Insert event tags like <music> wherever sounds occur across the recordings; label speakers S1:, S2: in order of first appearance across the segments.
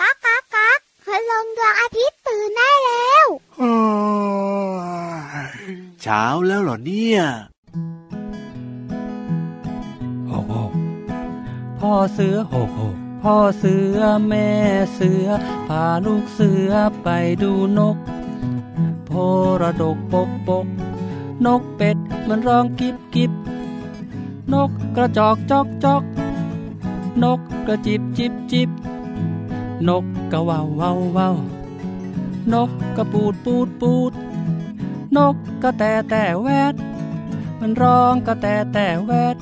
S1: ก๊ากก๊ากก๊ากพลงดวงอาทิตย์ตื่นได้แล้ว
S2: เช้าแล้วเหรอเนี่ย
S3: โหกโหกพ่อเสือโหกโหกพ่อเสือแม่เสือ พาลูกเสือไปดูนก โพระดกปกปก นกเป็ดมันร้องกิบกิบ นกกระจอกจอกจอก นกกระจิบจิบจิบ นกกระว่าวว่าวว่าวนกกระปูดปูดปูด นกกระแตแต่แวด มันร้องกระแตแต่แวด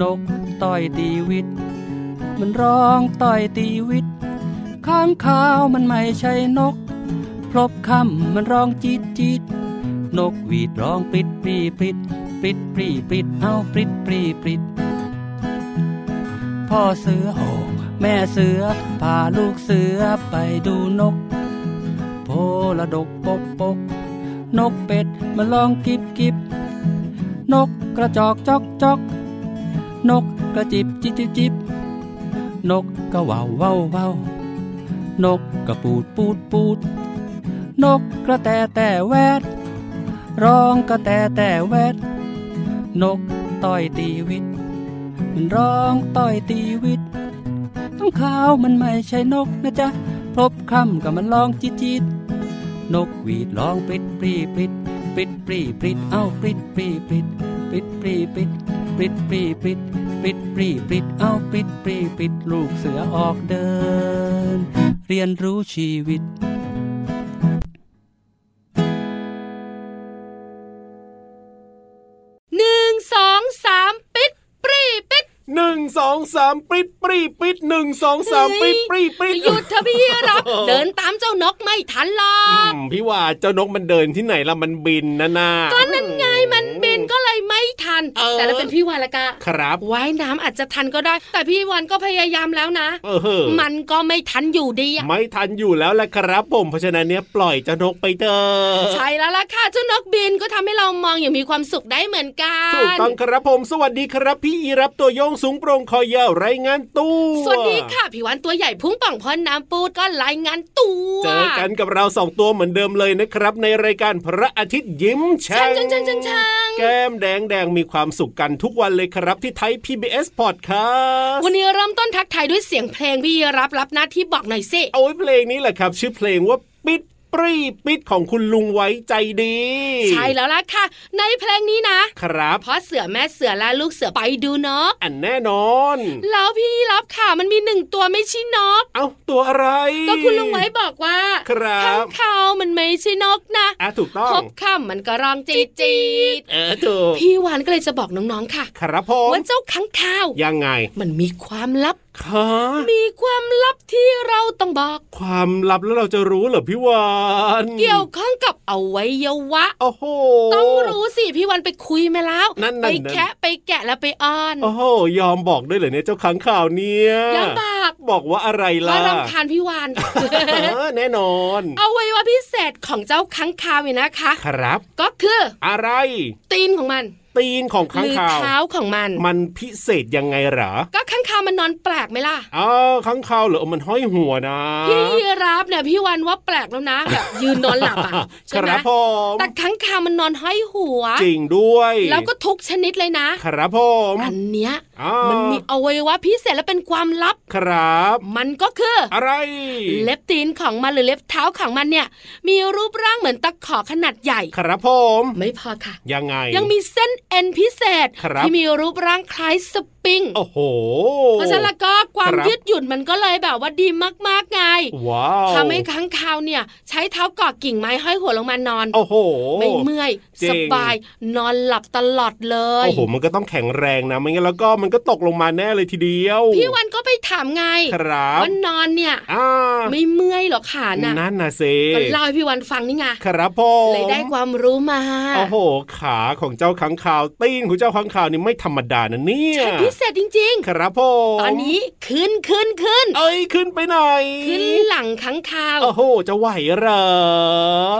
S3: นกต่อยตีวิต มันร้องต่อยตีวิต ข้างขาวมันไม่ใช่นก พลบคำมันร้องจีดจีดนกหวีดร้องปริดปรีปริดปริดปรีปริดเอาปริดปรีปริด พ่อเสือโหกแม่เสือพาลูกเสือไปดูนก โพระดกปกปก นกเป็ดมันร้องกิบกิบ นกกระจอกจอกจอก นกกระจิบจิบจิบจิบ นกกระว่าวว่าวว่าว นกกระปูดปูดปูด นกกระแตแต่แวด ร้องกระแตแต่แวด นกต่อยตีวิต มันร้องต่อยตีวิตต้องขาวมันไม่ใช่นกนะจ๊ะพบคำกับมันร้องจิดจิดนกหวีดร้องปริดปรีปริดปริดปรีปริดเอ้าปริดปรีปริดปริดปรีปริดปริดปรีปริดปริดปรีปริดเอ้าปริดปรีปริดลูกเสือออกเดิน เรียนรู้ชีวิต
S4: หนึ่งสองสามปิดปรีปิด
S5: หนึ่งสองสามปริดปรีดปริดหนึ่งสองสามปริดปรีดปริด
S4: หยุดเถอะพี่รับ เดินตามเจ้านกไม่ทันหรอ
S5: อื
S4: ก
S5: มพี่ว่าเจ้านกมันเดินที่ไหนล่ะมันบินนะน่า
S4: ก็นั่นไงมันบินก็เลยไม่ทัน
S5: เออ
S4: แต่ถ้าเป็นพี่วานละกะ
S5: ครับ
S4: ว่ายน้ำอาจจะทันก็ได้ แต่พี่วานก็พยายามแล้วนะ
S5: เออเฮ้อ
S4: มันก็ไม่ทันอยู่ดีอะ
S5: ไม่ทันอยู่แล้วแหละครับผมเพราะฉะนั้นเนี่ยปล่อยเจ้านกไปเถอะ
S4: ใช่แล้วล่ะค่ะเจ้านกบินก็ทำให้เรามองอย่างมีความสุขได้เหมือนกัน
S5: ถูกต้องครับผม สวัสดีครับ พี่อีรับตัวโยงสูงโปรงคอยาวไรายงานตู้
S4: สวัสดีค่ะพี่วานตัวใหญ่พุงป่องพอนน้ำปูดก็รายงานตัว
S5: เจอกันกับเราสองตัวเหมือนเดิมเลยนะครับ ในรายการพระอาทิตย์ยิ้มแฉ่
S4: ช่างช่างช่างช่างช่าง
S5: แก้มแดงแดงมีความสุขกันทุกวันเลยครับที่ไทย PBS Podcast
S4: วันนี้เริ่มต้นทักทายด้วยเสียงเพลงพี่รับรับหน้าที่บอกหน่อยสิ
S5: เอาไว้เพลงนี้แหละครับ ชื่อเพลงว่าปิดปรีปิดของคุณลุงไว้ใจดี
S4: ใช่แล้วล่ะค่ะ ในเพลงนี้นะครับ พ่อเสือแม่เสือและลูกเสือไปดูนก
S5: อันแน่นอน
S4: แล้วพี่รับค่ะมันมีหนึ่งตัวไม่ใช่นก
S5: เอาตัวอะไร
S4: ก็คุณลุงไว้บอกว่า
S5: ครับ
S4: ข้างเขามันไม่ใช่นกนะ
S5: อ่ะถูกต้อ
S4: พ
S5: ง
S4: บคำมันก็ร้องจีดจีด
S5: เออถูก
S4: พี่วานก็เลยจะบอกน้องๆค่ะ
S5: ครับผม
S4: ว่าเจ้าข้างคาว
S5: ยังไง
S4: มันมีความลับ
S5: คะ
S4: มีความลับที่เราต้องบอก
S5: ความลับแล้วเราจะรู้เหรอพี่วาน
S4: เกี่ยวข้องกับอวัยวะ
S5: โอ้โห
S4: ต้องรู้สิ พี่วันไปคุยมาแล้ว
S5: นั่นๆๆ
S4: ไปแคะไปแกะแล้วไปอ้อน
S5: โอ้โหยอมบอกด้วยเหรอเนี่ยเจ้าขังข่าวเนี่ย
S4: ยังปาก
S5: บอกว่าอะไร
S4: เพ
S5: ล่ะ
S4: ราะรำคาญพี่วัน <laughs>
S5: เออแน่นอน
S4: เอาไว้ว่าพิเศษของเจ้าค้างคาวเนี่ยนะคะ
S5: ครับ
S4: ก็คือ
S5: อะไร
S4: ตีนของมัน
S5: ตีนของ
S4: ห
S5: ขัง
S4: รื
S5: ข่าว
S4: เท้าของมัน
S5: มันพิเศษยังไงเหรอ
S4: ก็ค้างคาวมันนอนแปลกไหมล่ะ
S5: อ้าวขังข่าวเหรอมันห้อยหัวนะ
S4: พี่ยีรับเนี่ยพี่วันว่าแปลกแล้วนะแบบยืนนอนหลับอ่ะ
S5: <laughs>
S4: ใช่
S5: ค
S4: ไหม
S5: รับผม
S4: แต่ค้างคาวมันนอนห้อยหัว
S5: จริงด้วย
S4: แล้วก็ทุกชนิดเลยนะครับ
S5: ผม
S4: อันเนี้ย
S5: อ่า
S4: มันมีอวัยวะพิเศษและเป็นความลับ
S5: ครับ
S4: มันก็คือ
S5: อะไร
S4: เล็บตีนของมันหรือเล็บเท้าของมันเนี่ย มีรูปร่างเหมือนตะขอขนาดใหญ่
S5: ครับผม
S4: ไม่พอค่ะ
S5: ยังไง
S4: ยังมีเส้นเอ็นพิเศษ
S5: ครับ
S4: ที่มีรูปร่างคล้ายสปริง
S5: โอ้โห
S4: เพราะฉะนั้นแล้วก็ความ
S5: ครับ
S4: ยืดหยุ่นมันก็เลยแบบว่าดีมากๆไง
S5: ว้าว
S4: ทำให้ค้างคาวเนี่ย ใช้เท้าเกาะกิ่งไม้ห้อยหัวลงมานอน
S5: โอ้โห
S4: ไม่เมื่อย
S5: จริง
S4: สบาย นอนหลับตลอดเลย
S5: โอ้โห มันก็ต้องแข็งแรงนะไม่งั้นแล้วก็มันก็ตกลงมาแน่เลยทีเดียว
S4: พี่วันก็ไปถามไง
S5: ครับ
S4: ว่านอนเนี่ย
S5: อ่า
S4: ไม่เมื่อยเหรอขาน่ะ
S5: นั่นนะเซ
S4: ก็เล่าให้พี่วันฟังนี่ไง
S5: ครับผม
S4: เลยได้ความรู้มา
S5: โอ้โห ขาของเจ้าขังข่าวตีนของเจ้าขังข่าวนี่ไม่ธรรมดานะเนี่ย
S4: ใช่พิ เสร็จจริง
S5: ครับผม
S4: ๆ ตอนนี้ขึ้นขึ้นขึ้น
S5: เอ้ยขึ้นไปหน่อย
S4: ขึ้นหลังข้างคาว
S5: โอ้โห จะไหวเหรอ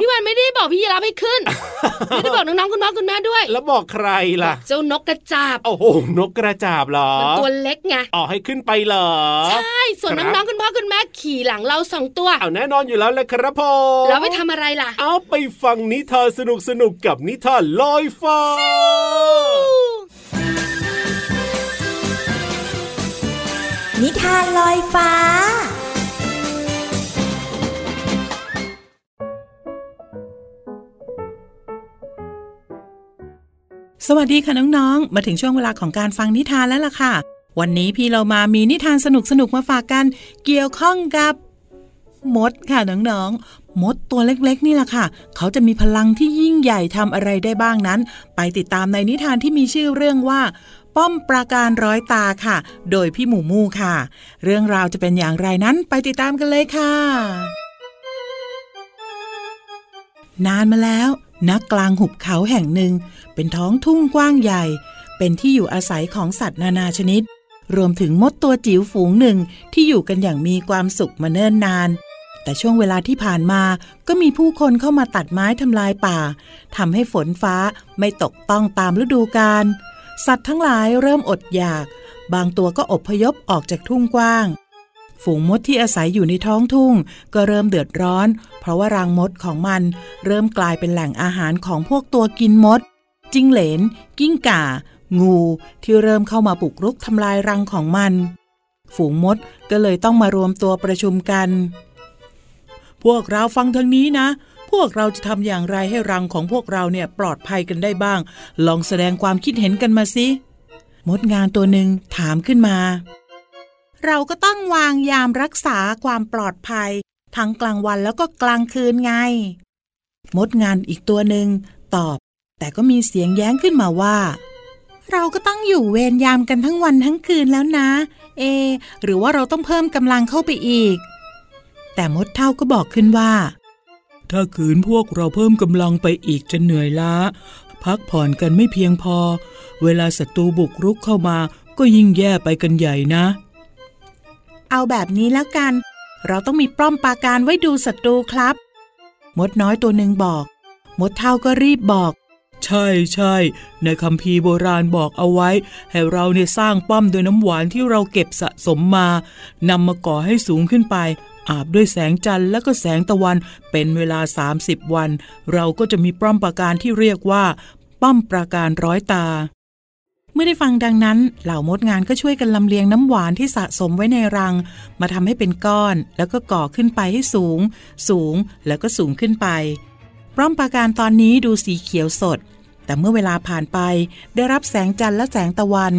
S4: พี่วันไม่ได้บอกพี่ยีรับให้ขึ้น ไม่ได้บอกน้องๆคุณพ่อคุณแม่ด้วย
S5: แล้วบอกใครล่ะ
S4: เจ้านกกระจาบ
S5: โอ้โห นกกระจาบเหรอ
S4: มันตัวเล็กไง
S5: อ๋อให้ขึ้นไปเหรอ
S4: ใช่ ส่วน
S5: ครับ
S4: น้องๆคุณพ่อคุณแม่ขี่หลังเราสองตัว
S5: เอาแน่นอนอยู่แล้วแหละครับผม
S4: แล้วไปทำอะไรล่ะ
S5: เอาไปฟังนิทานสนุกๆ กับนิทานลอยฟ้า
S6: นิทานลอยฟ้า
S7: สวัสดีค่ะน้องๆ มาถึงช่วงเวลาของการฟังนิทานแล้วล่ะค่ะ วันนี้พี่เรามามีนิทานสนุกๆ มาฝากกัน เกี่ยวข้องกับ มดค่ะน้องๆ มดตัวเล็กๆ นี่แหละค่ะ เขาจะมีพลังที่ยิ่งใหญ่ทำอะไรได้บ้างนั้น ไปติดตามในนิทานที่มีชื่อเรื่องว่า ป้อมปราการร้อยตาค่ะ โดยพี่หมูมูค่ะ เรื่องราวจะเป็นอย่างไรนั้นไปติดตามกันเลยค่ะ นานมาแล้วณกลางหุบเขาแห่งหนึ่ง เป็นท้องทุ่งกว้างใหญ่ เป็นที่อยู่อาศัยของสัตว์นานาชนิด รวมถึงมดตัวจิ๋วฝูงหนึ่งที่อยู่กันอย่างมีความสุขมาเนิ่นนาน แต่ช่วงเวลาที่ผ่านมาก็มีผู้คนเข้ามาตัดไม้ทำลายป่าทำให้ฝนฟ้าไม่ตกต้องตามฤดูกาลสัตว์ทั้งหลายเริ่มอดอยาก บางตัวก็อพยพออกจากทุ่งกว้าง ฝูงมดที่อาศัยอยู่ในท้องทุ่ง ก็เริ่มเดือดร้อน เพราะว่ารังมดของมัน เริ่มกลายเป็นแหล่งอาหารของพวกตัวกินมด จิ้งเหลน กิ้งก่า งู ที่เริ่มเข้ามาบุกรุกทำลายรังของมัน ฝูงมดก็เลยต้องมารวมตัวประชุมกัน พวกเราฟังทางนี้นะ พวกเราจะทำอย่างไรให้รังของพวกเราเนี่ยปลอดภัยกันได้บ้าง ลองแสดงความคิดเห็นกันมาสิมดงานตัวหนึ่งถามขึ้นมา เราก็ต้องวางยามรักษาความปลอดภัย ทั้งกลางวันแล้วก็กลางคืนไง มดงานอีกตัวหนึ่งตอบ แต่ก็มีเสียงแย้งขึ้นมาว่า เราก็ต้องอยู่เวรยามกันทั้งวันทั้งคืนแล้วนะ เอ หรือว่าเราต้องเพิ่มกำลังเข้าไปอีก แต่มดเท่าก็บอกขึ้นว่า ถ้าคืนพวกเราเพิ่มกำลังไปอีกจะเหนื่อยล้า พักผ่อนกันไม่เพียงพอ เวลาศัตรูบุกรุกเข้ามาก็ยิ่งแย่ไปกันใหญ่นะ เอาแบบนี้แล้วกัน เราต้องมีป้อมปราการไว้ดูศัตรูครับ มดน้อยตัวหนึ่งบอก มดเท่าก็รีบบอก ใช่ใช่ในคำพีโบราณบอกเอาไว้ ให้เราเนี่ยสร้างป้อมโดยน้ำหวานที่เราเก็บสะสมมานำมาก่อให้สูงขึ้นไป อาบด้วยแสงจันทร์และก็แสงตะวันเป็นเวลา 30 วัน เราก็จะมีป้อมปราการที่เรียกว่า ป้อมปราการร้อยตา เมื่อได้ฟังดังนั้น เหล่ามดงานก็ช่วยกันลำเลียงน้ำหวานที่สะสมไว้ในรัง มาทำให้เป็นก้อน แล้วก็ก่อขึ้นไปให้สูง สูงแล้วก็สูงขึ้นไปร่อมปราการตอนนี้ดูสีเขียวสด แต่เมื่อเวลาผ่านไปได้รับแสงจันทร์และแสงตะวัน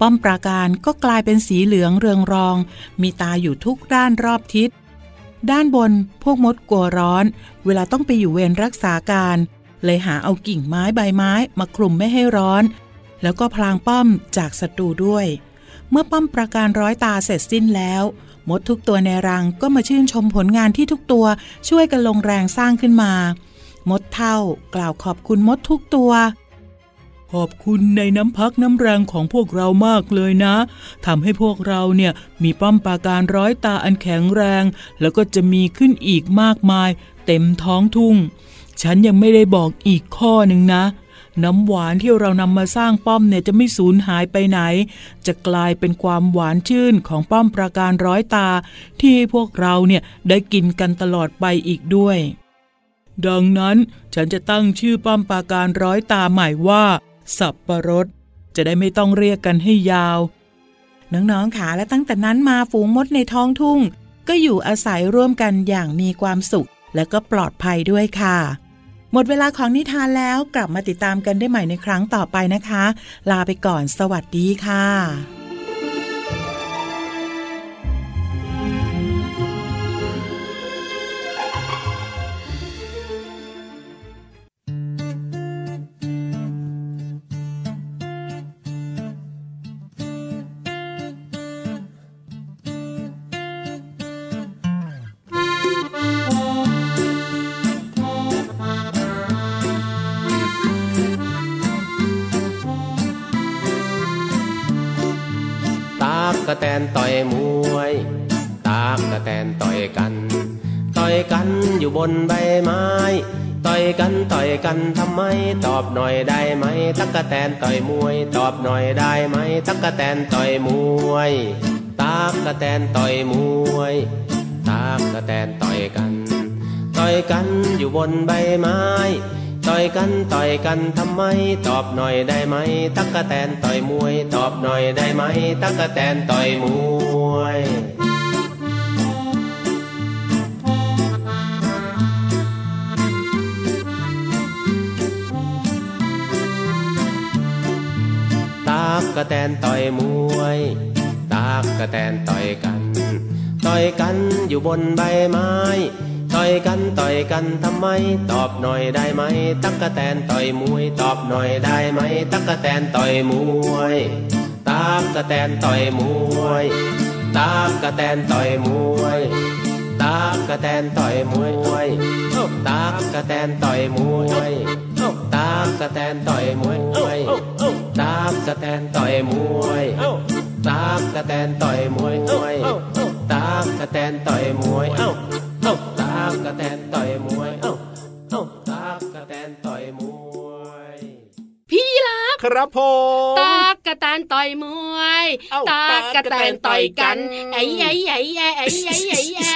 S7: ป้อมปราการก็กลายเป็นสีเหลืองเรืองรอง มีตาอยู่ทุกด้านรอบทิศ ด้านบนพวกมดกลัวร้อน เวลาต้องไปอยู่เวรรักษาการ เลยหาเอากิ่งไม้ใบไม้มาคลุมไม่ให้ร้อน แล้วก็พลางป้อมจากศัตรูด้วย เมื่อป้อมประการร้อยตาเสร็จสิ้นแล้ว มดทุกตัวในรังก็มาชื่นชมผลงานที่ทุกตัวช่วยกันลงแรงสร้างขึ้นมา มดเท่ากล่าวขอบคุณมดทุกตัว ขอบคุณในน้ำพักน้ำแรงของพวกเรามากเลยนะทำให้พวกเราเนี่ยมีป้อมปราการร้อยตาอันแข็งแรง แล้วก็จะมีขึ้นอีกมากมาย เต็มท้องทุ่ง ฉันยังไม่ได้บอกอีกข้อหนึ่งนะ น้ำหวานที่เรานำมาสร้างป้อมเนี่ยจะไม่สูญหายไปไหน จะกลายเป็นความหวานชื่นของป้อมปราการร้อยตา ที่พวกเราเนี่ยได้กินกันตลอดไปอีกด้วย ดังนั้นฉันจะตั้งชื่อป้อมปราการร้อยตาใหม่ว่า สับประรด จะได้ไม่ต้องเรียกกันให้ยาว น้องๆค่ะและตั้งแต่นั้นมาฝูงมดในท้องทุ่ง ก็อยู่อาศัยร่วมกันอย่างมีความสุข และก็ปลอดภัยด้วยค่ะ หมดเวลาของนิทานแล้วกลับมาติดตามกันได้ใหม่ในครั้งต่อไปนะคะ ลาไปก่อนสวัสดีค่ะ
S1: พ
S8: ามกระแตนต่อยมวย ตามกระแตนต่อยกัน ต่อยกันอยู่บนใบไม้ ต่อยกันต่อยกันทำไม ตอบหน่อยได้ไหม ตักกะแตนต่อยมวย ตอบหน่อยได้ไหม ตักกะแตนต่อยมวย ตามกระแตนต่อยมวย ตามกระแตนต่อยกัน ต่อยกันอยู่บนใบไม้ ต่อยกันต่อยกันทำไม ตอบหน่อยได้ไหม ตักกะแตนต่อยมวย ตอบหน่อยได้ไหม ตักกะแตนต่อยมวย ตากกระแตนต่อยมวย ตากกระแตนต่อยกัน ต่อยกันอยู่บนใบไม้ ต่อยกันต่อยกันทำไม ตอบหน่อยได้ไหม ตักกะแตนต่อยมวย ตอบหน่อยได้ไหม ตักกะแตนต่อยมวย ตากกะแตนต่อยมวย ตากกะแตนต่อยมวย ตากกะแตนต่อยมวยตากกะแตนต่อยมวยตากกะแตนต่อยมวยตากกะแตนต่อยมวยตากกะแตนต่อยมวยตากกะแตนต่อยมวยตากกะแตนต่อยมวยตากกะแตนต่อยมวย
S4: พี่ยีราฟ
S5: ครับผม
S4: ตากกระแตนต่อยมวย
S5: เอ้า
S4: ตากกระแตนต่อยกัน
S5: ตากกระแตนต่อยกัน
S4: ไอ้ไอ้ไอ้ไอ้ไอ้ไอ้ไอ้ไอ้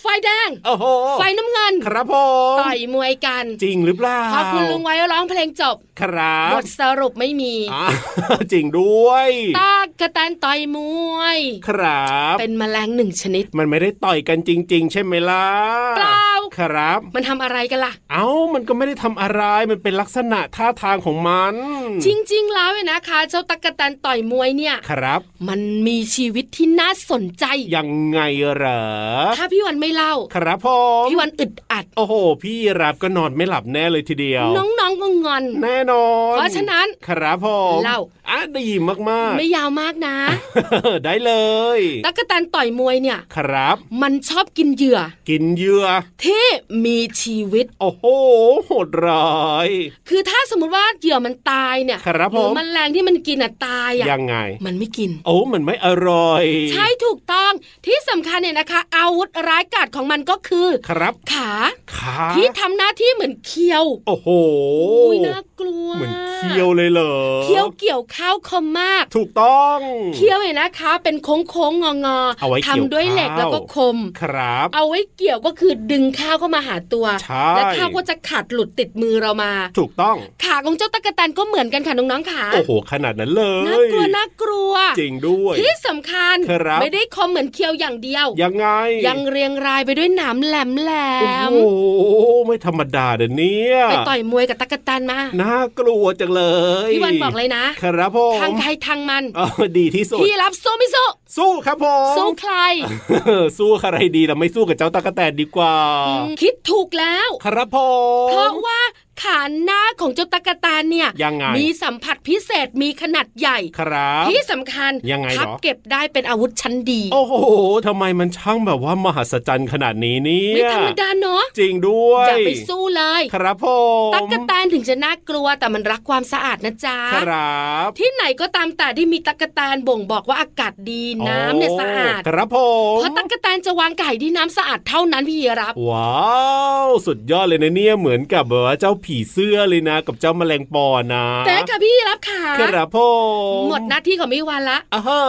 S4: ไฟแดง
S5: โอ้โห
S4: ไฟน้ำเงิน
S5: ครับผม
S4: ต่อยมวยกัน
S5: จริงหรือเปล่า
S4: พอคุณลุงไว้ร้องเพลงจบ
S5: ครับ
S4: ทสรุปไม่มี
S5: อ่า จริงด้วย
S4: ตากกระแตนต่อยมวย
S5: ครับ
S4: เป็นแมลงหนึ่งชนิด
S5: มันไม่ได้ต่อยกันจริง ๆ ใช่ไหมล่ะ
S4: เปล่า
S5: ครับ
S4: มันทำอะไรกันล่ะ
S5: เอ้ามันก็ไม่ได้ทำอะไร มันเป็นลักษณะท่าทางของมัน
S4: จริง ๆ แล้วเนี่ยนะคะ เจ้าตะกกะแตนต่อยมวยเนี่ย
S5: ครับ
S4: มันมีชีวิตที่น่าสนใจ
S5: ยังไงเหรอ
S4: ถ้าพี่วันไม่เล่า
S5: ครับผม
S4: พี่วันอึดอัด
S5: โอ้โห พี่รับก็นอนไม่หลับแน่เลยทีเดียว
S4: น้องๆก็งอน
S5: แน่นอน
S4: เพราะฉะนั้น
S5: ครับผม
S4: เล่า
S5: อ่ะดีมากๆ
S4: ไม่ยาวมากนะ
S5: <laughs> ได้เลย
S4: ตะกกะแตนต่อยมวยเนี่ย
S5: ครับ
S4: มันชอบกินเหยื่อ
S5: กินเหยื่อ
S4: ที่มีชีวิต
S5: โอ้โห โหดร้าย
S4: คือถ้าสมมติว่าเหยื่อมันตายเนี่ย
S5: ครับ
S4: หรือ
S5: ผม
S4: แมันแรงที่มันกินอ่ะตายอ่ะ
S5: ยังไง
S4: มันไม่กิน
S5: โอ้มันไม่อร่อย
S4: ใช่ถูกต้องที่สำคัญเนี่ยนะคะ อาวุธร้ายกาจของมันก็คือ
S5: ครับ
S4: ขา
S5: ขา
S4: ที่ทำหน้าที่เหมือนเคียว
S5: โอ้โห
S4: ยน่ากลัว
S5: เหมือนเคียวเลยเหรอ
S4: เคียวเกี่ยวข้าวคมมาก
S5: ถูกต้อง
S4: เคียวเนี่ยนะคะ เป็นโค้งโค้งๆงองอ
S5: เอาไว้เกี่ยว
S4: ทำด้วยเหล็ก
S5: ข้าว
S4: แล้วก็คม
S5: ครับ
S4: เอาไว้เกี่ยวก็คือดึงข้าวเข้ามาหาตัว
S5: ใช่
S4: และข้าวก็จะขาดหลุดติดมือเรามา
S5: ถูกต้อง
S4: ขาของเจ้าตะกะแตนก็เหมือนกันค่ะน้องๆขา
S5: โอ้โห ขนาดนั้นเลย
S4: น่ากลัวน่ากลัว
S5: จริงด้วย
S4: ที่สำคัญ
S5: ครับ
S4: ไม่ได้คมเหมือนเคียวอย่างเดียว
S5: ยังไง
S4: ยังเรียงรายไปด้วยหนามแหลมแหล
S5: โอ้
S4: ม
S5: โห ไม่ธรรมดาเดี๋ยวนี้
S4: ไปต่อยมวยกับตะกะแตนมา
S5: น่ากลัวจังเลย
S4: พี่วันบอกเลยนะ
S5: ครับผม
S4: ทางใครทางมัน
S5: เออดีที่สุด
S4: พี่รับสู้ไม่สู้
S5: สู้ครับผม
S4: สู้ใคร
S5: เออ <laughs> สู้อะไรดีเราไม่สู้กับเจ้าตะกแตนดีกว่า
S4: อืมคิดถูกแล้ว
S5: ครับผ
S4: เพ
S5: ม
S4: ราะว่าขาหน้าของเจ้าตะกะแตนเนี่ย
S5: ยังไง
S4: มีสัมผัสพิเศษมีขนาดใหญ่
S5: ครับ
S4: ที่สำคัญ
S5: ยังไงเหรอ
S4: พับเก็บได้เป็นอาวุธชั้นดี
S5: โอ้โหทำไมมันช่างแบบว่ามหัศจรรย์ขนาดนี้เนี่ย
S4: ไม่ธรรมดาเนาะ
S5: จริงด้วย
S4: อย่าไปสู้เลย
S5: ครับผม
S4: ตักกะแตนถึงจะน่ากลัวแต่มันรักความสะอาดนะจ๊ะ
S5: ครับ
S4: ที่ไหนก็ตามแต่ที่มีตักกะแตนบ่งบอกว่าอากาศดีน้ำเนี่ย
S5: โอ้
S4: สะอาด
S5: ครับผม
S4: เพราะตั๊กแตนจะวางไก่ที่น้ำสะอาดเท่านั้นพี่รับ
S5: ว้าวสุดยอดเลยนะเนี่ยเหมือนกับแบบว่าเจ้าผีเสื้อเลยนะ กับเจ้าแมลงปอนะ
S4: แต่ค่ะพี่รับค่ะ
S5: ครับผม
S4: หมดหน้าที่ของพี่วันละ
S5: อ่าเฮ้อ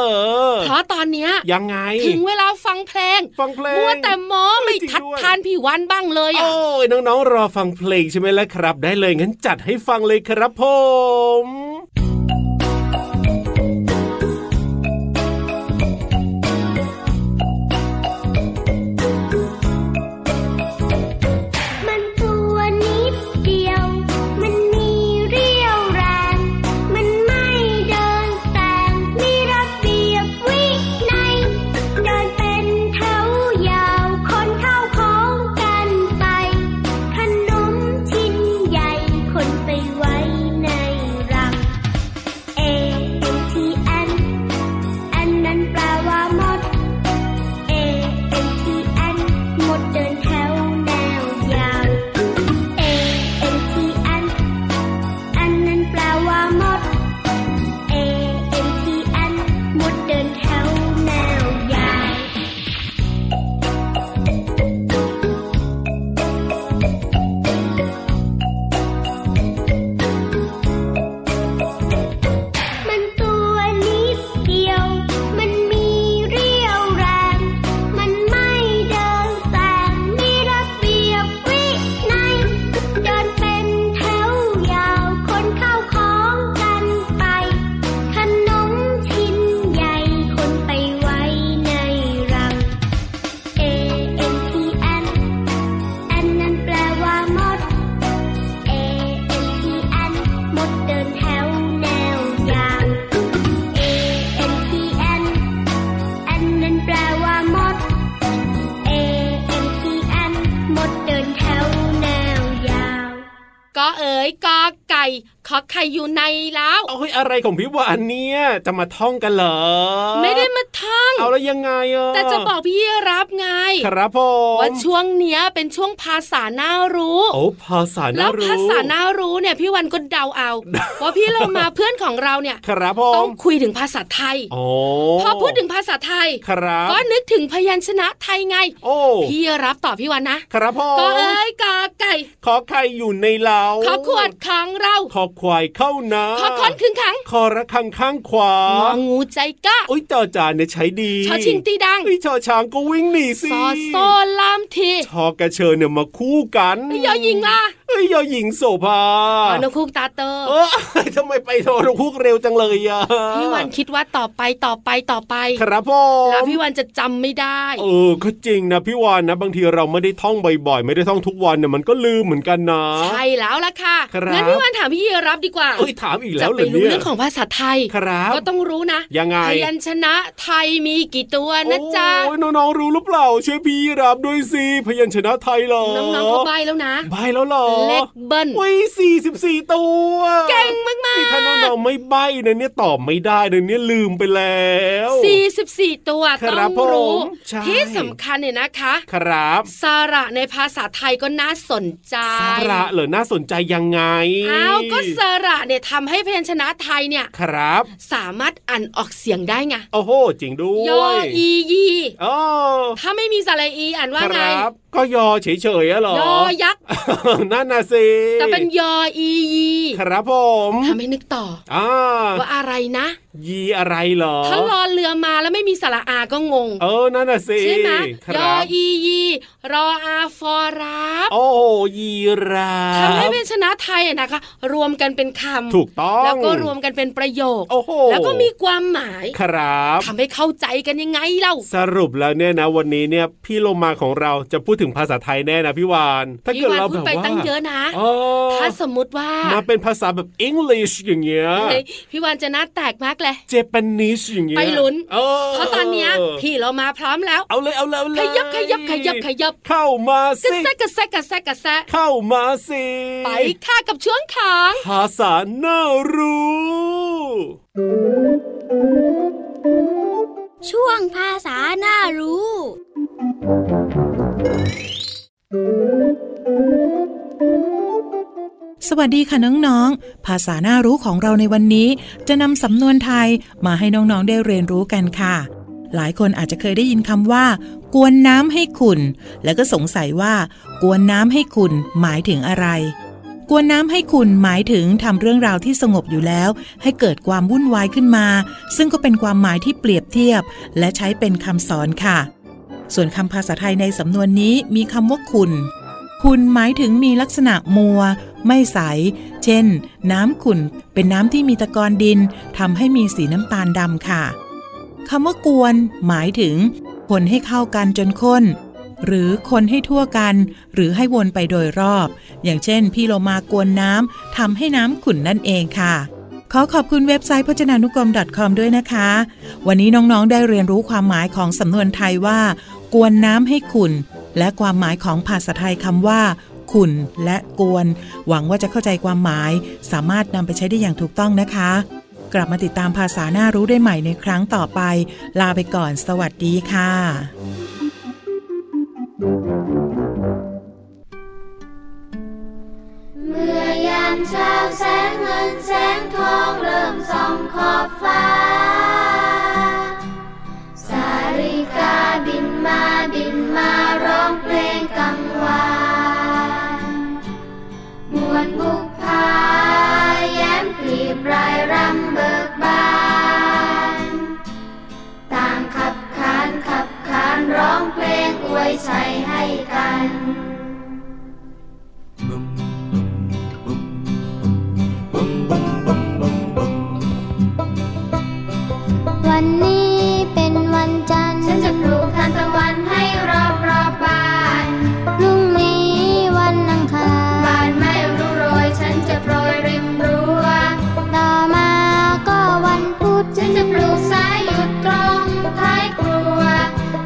S4: เพราะตอนเนี้ย
S5: ยังไง
S4: ถึงเวลาฟังเพลง
S5: ฟังเพลง
S4: มัวแต่หมอไม่ทัดทานพี่วันบ้างเลยอ่ะ
S5: โอ้ยน้องๆ รอฟังเพลงใช่ไหมล่ะครับ ได้เลยงั้นจัดให้ฟังเลยครับผม
S1: มันตัวนิดเดียว มันมีเรี่ยวแรง มันไม่เดินตามมีระเบียบวินัยเดินเป็นแถวยาว คนเข้าของกันไปขนมชิ้นใหญ่ คนไปไว้ในรัง
S4: ก่ขอไข่อยู่ในแล้ว
S5: โอ้ยอะไรของพี่วานเนี่ยจะมาท่องกันเหรอ
S4: ไม่ได้มาท่อง
S5: เอาแล้วยังไงอ่ะ
S4: แต่จะบอกพี่รับไง
S5: ครับผม
S4: ว่าช่วงเนี้ยเป็นช่วงภาษาน่ารู้
S5: โอ้ภาษา
S4: แล้
S5: น่าว รู้
S4: ภาษาน่ารู้เนี่ยพี่วันก็เดา
S5: <laughs>
S4: เอาว่าพี่เรามาเพื่อนของเราเนี่ย
S5: ครับผ
S4: ต้อ
S5: ม
S4: งคุยถึงภาษาไทย
S5: โอ้
S4: พอพูดถึงภาษาไทย
S5: ครับ
S4: ก็นึกถึงพยัญชนะไทยไง
S5: โอ้
S4: พี่รับตอบพี่วันนะ
S5: ครับผม
S4: ก็เอ้ยกอไก่
S5: ขอไข่อยู่ในเล้า
S4: ขอขวดของเรา
S5: ขอควายเข้านา
S4: ขอค้อนขึงขัง
S5: คอระคังข้างขวาง
S4: องูใจกะ
S5: โอ้ยจอจานเนี่ยใช้ดี
S4: ชอชิงตีดัง
S5: ไอ้ยชอช้างก็วิ่งหนีสิ
S4: ซอโซลามที
S5: ชอกระเชอเนี่ยมาคู่กัน
S4: ไม่ยอยิงล่ะ
S5: เอ้ยยอหญิงโสภา
S4: อ๋อนกคูกตาเตอร์
S5: เออ <laughs> ทำไมไปโทรคุกเร็วจังเลยอ่ะ
S4: พี่วันคิดว่าต่อไปต่อไปต่อไป
S5: ครับผม
S4: แล้วพี่วันจะจำไม่ได้
S5: เออก็จริงนะพี่วานนะบางทีเราไม่ได้ท่องบ่อยๆ ไม่ได้ท่องทุกวันเนี่ยมันก็ลืมเหมือนกันนะ
S4: ใช่แล้วล่ะค่ะ
S5: ครับ
S4: งั้นพี่วันถามพี่รับดีกว่า
S5: เอ้ยถามอีกแล้
S4: จะ
S5: วเหร
S4: ไป
S5: อ
S4: รู้
S5: เนี่ย
S4: เรื่องของภาษาไทย
S5: ครับ
S4: ก็ต้องรู้นะ
S5: ยังไง
S4: พยัญชนะไทยมีกี่ตัวนะจ๊ะ
S5: โอ้ยน้องๆรู้หรือเปล่าช่วยพี่รับด้วยสิพยัญชนะไทยเหรอ
S4: น้องๆเขาใบแล้วนะ
S5: ใบแล้วเหรอ
S4: เล็กเบิ้ล
S5: โอ้ยสี่สิบสี่ตัว
S4: เก่งมากๆ
S5: นี่ถ้าน้องๆไม่ใบนะเนี่ยตอบไม่ได้นะเนี่ยลืมไปแล้ว
S4: 44 ตัว
S5: ค
S4: ต้
S5: รั
S4: อบ ง
S5: ผม
S4: รู้
S5: ใช่
S4: ที่สำคัญเนี่ยนะคะ
S5: ครับ
S4: สาระในภาษาไทยก็น่าสนใจ
S5: สาระเหรอน่าสนใจยังไง
S4: อ้าวก็สาระเนี่ยทำให้พยัญชนะไทยเนี่ย
S5: ครับ
S4: สามารถอ่านออกเสียงได้ไง
S5: โอ้โหจริงด้วย
S4: ยออียี
S5: อ๋อ
S4: ถ้าไม่มีสระอีอ่านว่า
S5: ค
S4: ไง
S5: รับ ก็ยอเฉยๆอะเหรอย
S4: อยักษ์
S5: <laughs> นั่นน่ะสิ
S4: แต่เป็นยออียี
S5: ครับผม
S4: ทำให้นึกต่อ
S5: อ่า
S4: ว่าอะไรนะ
S5: ยีอะไรเหรอ
S4: ถ้ารอเรือมาแล้วไม่มีสระอาก็งง
S5: เออนั่นน่ะสิ
S4: ใช่ไหม
S5: ค
S4: ยอ
S5: รับ
S4: อียีรออาฟอรับ
S5: โอ้โหยีราฟ
S4: ทำให้เป็นชนะไทยอะนะคะ รวมกันเป็นคำ
S5: ถูกต้อง
S4: แล้วก็รวมกันเป็นประโยค
S5: โอ้โห
S4: แล้วก็มีความหมาย
S5: ครับ
S4: ทำให้เข้าใจกันยังไงเล่า
S5: สรุปแล้วเนี่ยนะวันนี้เนี่ยพี่โลมาของเราจะพูดถึงภาษาไทยแน่นะพี่วานถ้า
S4: พี่
S5: เกิด
S4: วาน
S5: เรา
S4: พู
S5: แบ
S4: ด
S5: บ
S4: ไป
S5: ว่า
S4: ตั้งเยอะนะ
S5: อ๋อ
S4: ถ้าสมมติว่า
S5: มาเป็นภาษาแบบ English อย่างเงี้ย
S4: เฮ้ยพี่วานจะหน้าแตกมากเลย
S5: เจแปนิชอย่างเงี้ย
S4: ไปลุ้น
S5: เออ
S4: เพราะตอนเนี้ยพี่เรามาพร้อมแล้ว
S5: เอาเลยเอาเลยเอาเล
S4: ข
S5: ย
S4: ยับขยับขยับขยับ
S5: เข้ามาสิ
S4: กระแซะกระแซะกระแซะกระแซะ
S5: เข้ามาสิ
S4: ไปค่ะกับช่วงของ
S5: ภาษาน่ารู้
S1: ช่วงภาษาน่ารู้
S7: สวัสดีค่ะน้องๆ ภาษาน่ารู้ของเราในวันนี้ จะนำสำนวนไทยมาให้น้องๆ ได้เรียนรู้กันค่ะ หลายคนอาจจะเคยได้ยินคำว่า กวนน้ำให้ขุ่นแล้วก็สงสัยว่า กวนน้ำให้ขุ่นหมายถึงอะไร กวนน้ำให้ขุ่นหมายถึงทำเรื่องราวที่สงบอยู่แล้ว ให้เกิดความวุ่นวายขึ้นมา ซึ่งก็เป็นความหมายที่เปรียบเทียบ และใช้เป็นคำสอนค่ะ ส่วนคำภาษาไทยในสำนวนนี้มีคำว่าขุ่น ขุ่นหมายถึงมีลักษณะมัว ไม่ใส เช่น น้ำขุ่นเป็นน้ำที่มีตะกอนดินทำให้มีสีน้ำตาลดำค่ะคำว่ากวน หมายถึง คนให้เข้ากันจนข้น หรือคนให้ทั่วกัน หรือให้วนไปโดยรอบ อย่างเช่น พี่โลมากวนน้ำทำให้น้ำขุ่นนั่นเองค่ะ ขอขอบคุณเว็บไซต์พจนานุกรม .com ด้วยนะคะ วันนี้น้องๆ ได้เรียนรู้ความหมายของสำนวนไทยว่า กวนน้ำให้ขุ่น และความหมายของภาษาไทยคำว่า ขุ่นและกวน หวังว่าจะเข้าใจความหมาย สามารถนำไปใช้ได้อย่างถูกต้องนะคะ กลับมาติดตามภาษาหน้ารู้ได้ใหม่ในครั้งต่อไป ลาไปก่อน สวัสดีค่ะ
S1: เมื่อยามเช้าแสงเงินแสงทองเริ่มส่องขอบฟ้า สาริกาบินมาบินมาร้องเพลงกังวานมวลบุกพาแย้มกลีบรายรำเบิกบาน ต่างขับขานขับขานร้องเพลงอวยชัยให้กัน วันนี้เป็นวันจันทร์ ฉันจะปลูกทานตะวันให้รอบรอบบ้านพรุ่งนี้วันอังคารบ้านไม่รู้โรย ฉันจะโปรยริมรั้วต่อมาก็วันพุธ ฉันจะปลูกสายหยุดตรงท้ายครัว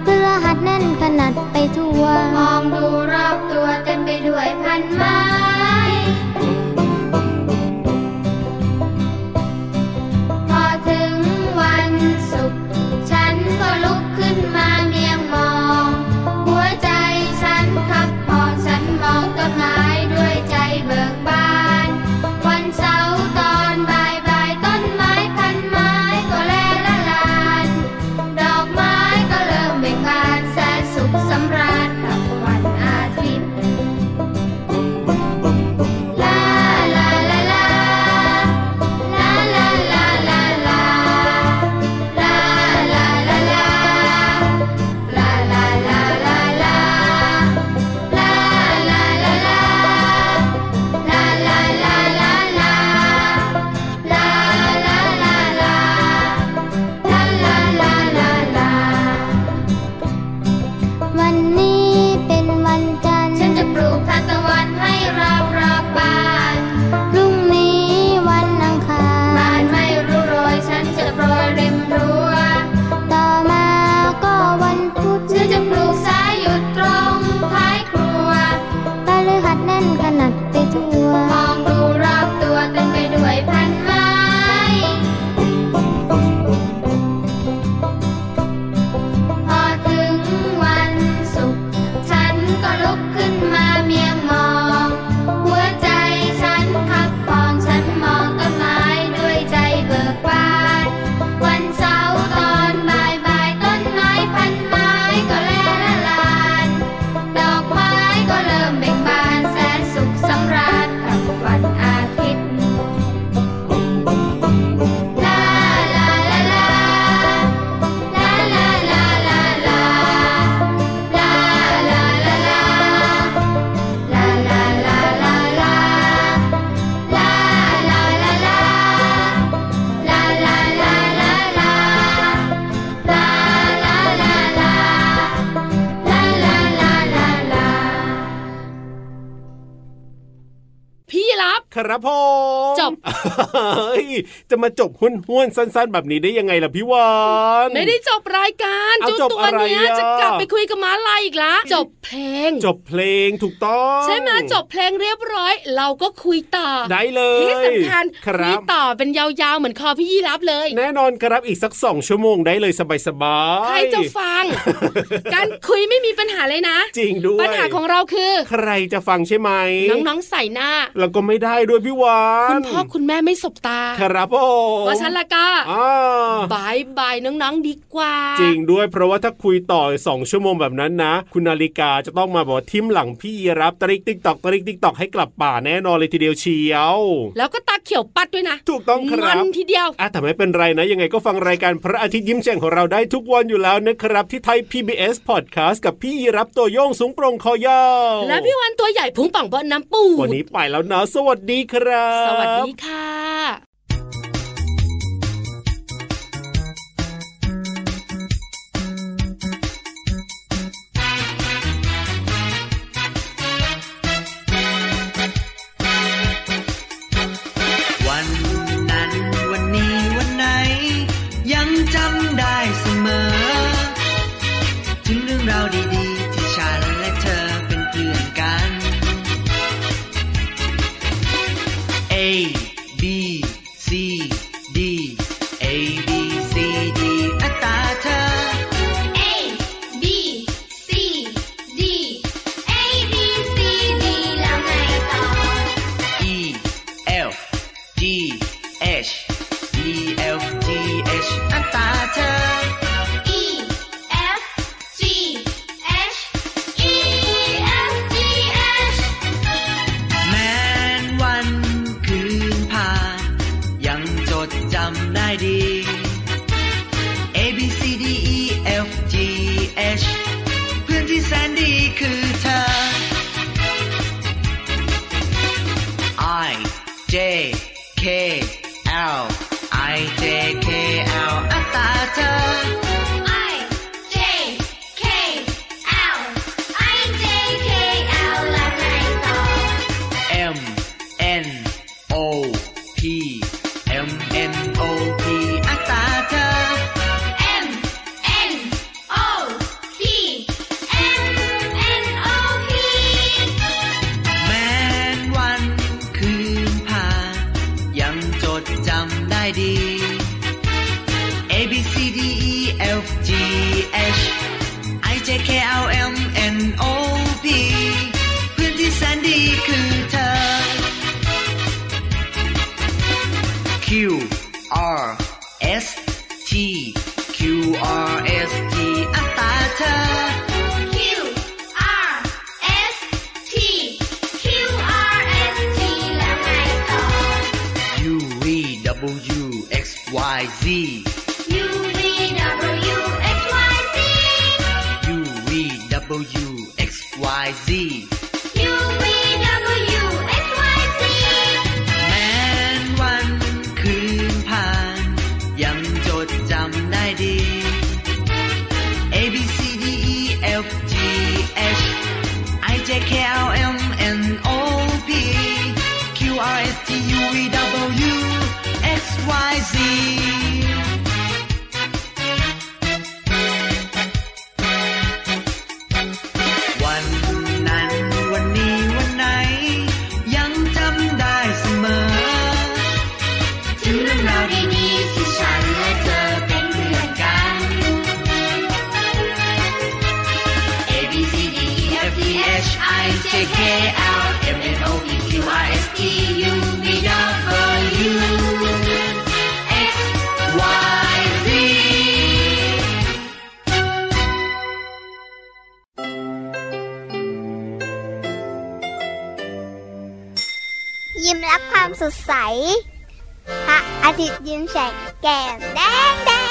S1: เพื่อหัดแน่นขนาดไปทั่ว มองดูรอบตัวเต็มไปด้วยพันไม้
S5: ครับผม
S4: จบ
S5: เฮ้ยจะมาจบหุ้นห้วนๆสั้น ๆ แบบนี้ได้ยังไงล่ะพี่วาน
S4: ไม่ได้จบรายการ
S5: เอาจ
S4: เจ้า
S5: บ
S4: ตัว
S5: อะไร
S4: เนี้ย
S5: อ่ะ
S4: จะกลับไปคุยกับม้าลายอีกละจบเพลง
S5: จบเพลงถูกต้อง
S4: ใช่ไหมจบเพลงเรียบร้อย เราก็คุยต่อ
S5: ได้เลย
S4: ที่สำคัญ
S5: ค
S4: คุ
S5: รั
S4: ย
S5: บ
S4: ต่อเป็นยาวๆเหมือนคอพี่ยีรับเลย
S5: แน่นอนครับอีกสักสองชั่วโมงได้เลยสบายๆ
S4: ใครจะฟั
S5: <laughs>
S4: ง การคุยไม่มีปัญหาเลยนะ
S5: จริงด้วย
S4: ปัญหาของเราคือ
S5: ใครจะฟังใช่ไหม
S4: น้องๆใส่หน้า
S5: แล้วก็ไม่ได้ด้วยพี่วาน
S4: คุณพ่อคุณแม่ไม่สบตา
S5: ครับผม
S4: ว่าะฉันละก็
S5: อ่า
S4: บายบายน้องๆดีกว่า
S5: จริงด้วยเพราะว่าถ้าคุยต่อสองชั่วโมงแบบนั้นนะ คุณนาฬิกาจะต้องมาบอกว่าทิมหลังพี่รับตริกติ๊กตอกตริกติ๊กตอกให้กลับป่าแน่นอนเลยทีเดียวเชียว
S4: แล้วก็ตาเขียวปัดด้วยนะ
S5: ถูกต้องครับ
S4: มันทีเดียว
S5: อ่ะแต่ไม่เป็นไรนะ ยังไงก็ฟังรายการพระอาทิตย์ยิ้มแฉ่งของเราได้ทุกวันอยู่แล้วนะครับ ที่ไทย PBS Podcast กับพี่รับตัวโยงสูงโปรงคอยาว
S4: และพี่วันตัวใหญ่พุงป่องบนน้ำปูด
S5: วันนี้ไปแล้วนะ สวัสดีครับ
S4: สวัสดีค่ะ
S9: วันนั้นวันนี้วันไหน ยังจำได้เสมอ ถึงเรื่องราวดีๆ ที่ฉันและเธอเป็นเพื่อนกัน A B C D A B C D อัตราเธอ
S10: A B C D A B C D แล้วไงต่อ
S9: E F G H E F G H อัตราเธอ
S10: E F G H E F G H
S9: แม้นวันคืนผ่านยังจดจำได้ดี A B C D E F G H เพื่อนที่แสนดีคือเธอ I J K L I J K L อัตราเธอ
S10: I J K L I J K L แล้วไงต่อ
S9: M N O P M N O P อัตราเธอ
S10: M N O P M N O P
S9: แม้นวันคืนผ่านยังจดจำได้ดี A B C D E F G H I J K L M N O P เพื่อนที่แสนดีคือเธอ Q R S T Q R S T อัตราเธอ
S10: Q R S T Q R S T แล้วไงต่อ
S9: U V W X Y Z
S10: U V W X Y Z
S9: U V W X Y Z
S10: U V W X Y Z
S9: แม้นวันคืนผ่าน ยังจดจำได้ดี A B C D E F G H I J K L M N O P Q R S T U V W X Y Zวันนั้นวันนี้วันไหน ยังจำได้เสมอ ถึงเรื่องราวดีๆที่ฉันและเธอเป็นเพื่อนกัน A B C D E F G H I J K L M N O P Q R S T U V W X Y Z
S10: ยิ้มรับความสดใส พระอาทิตย์ยิ้มแฉกแก้มแดงแดง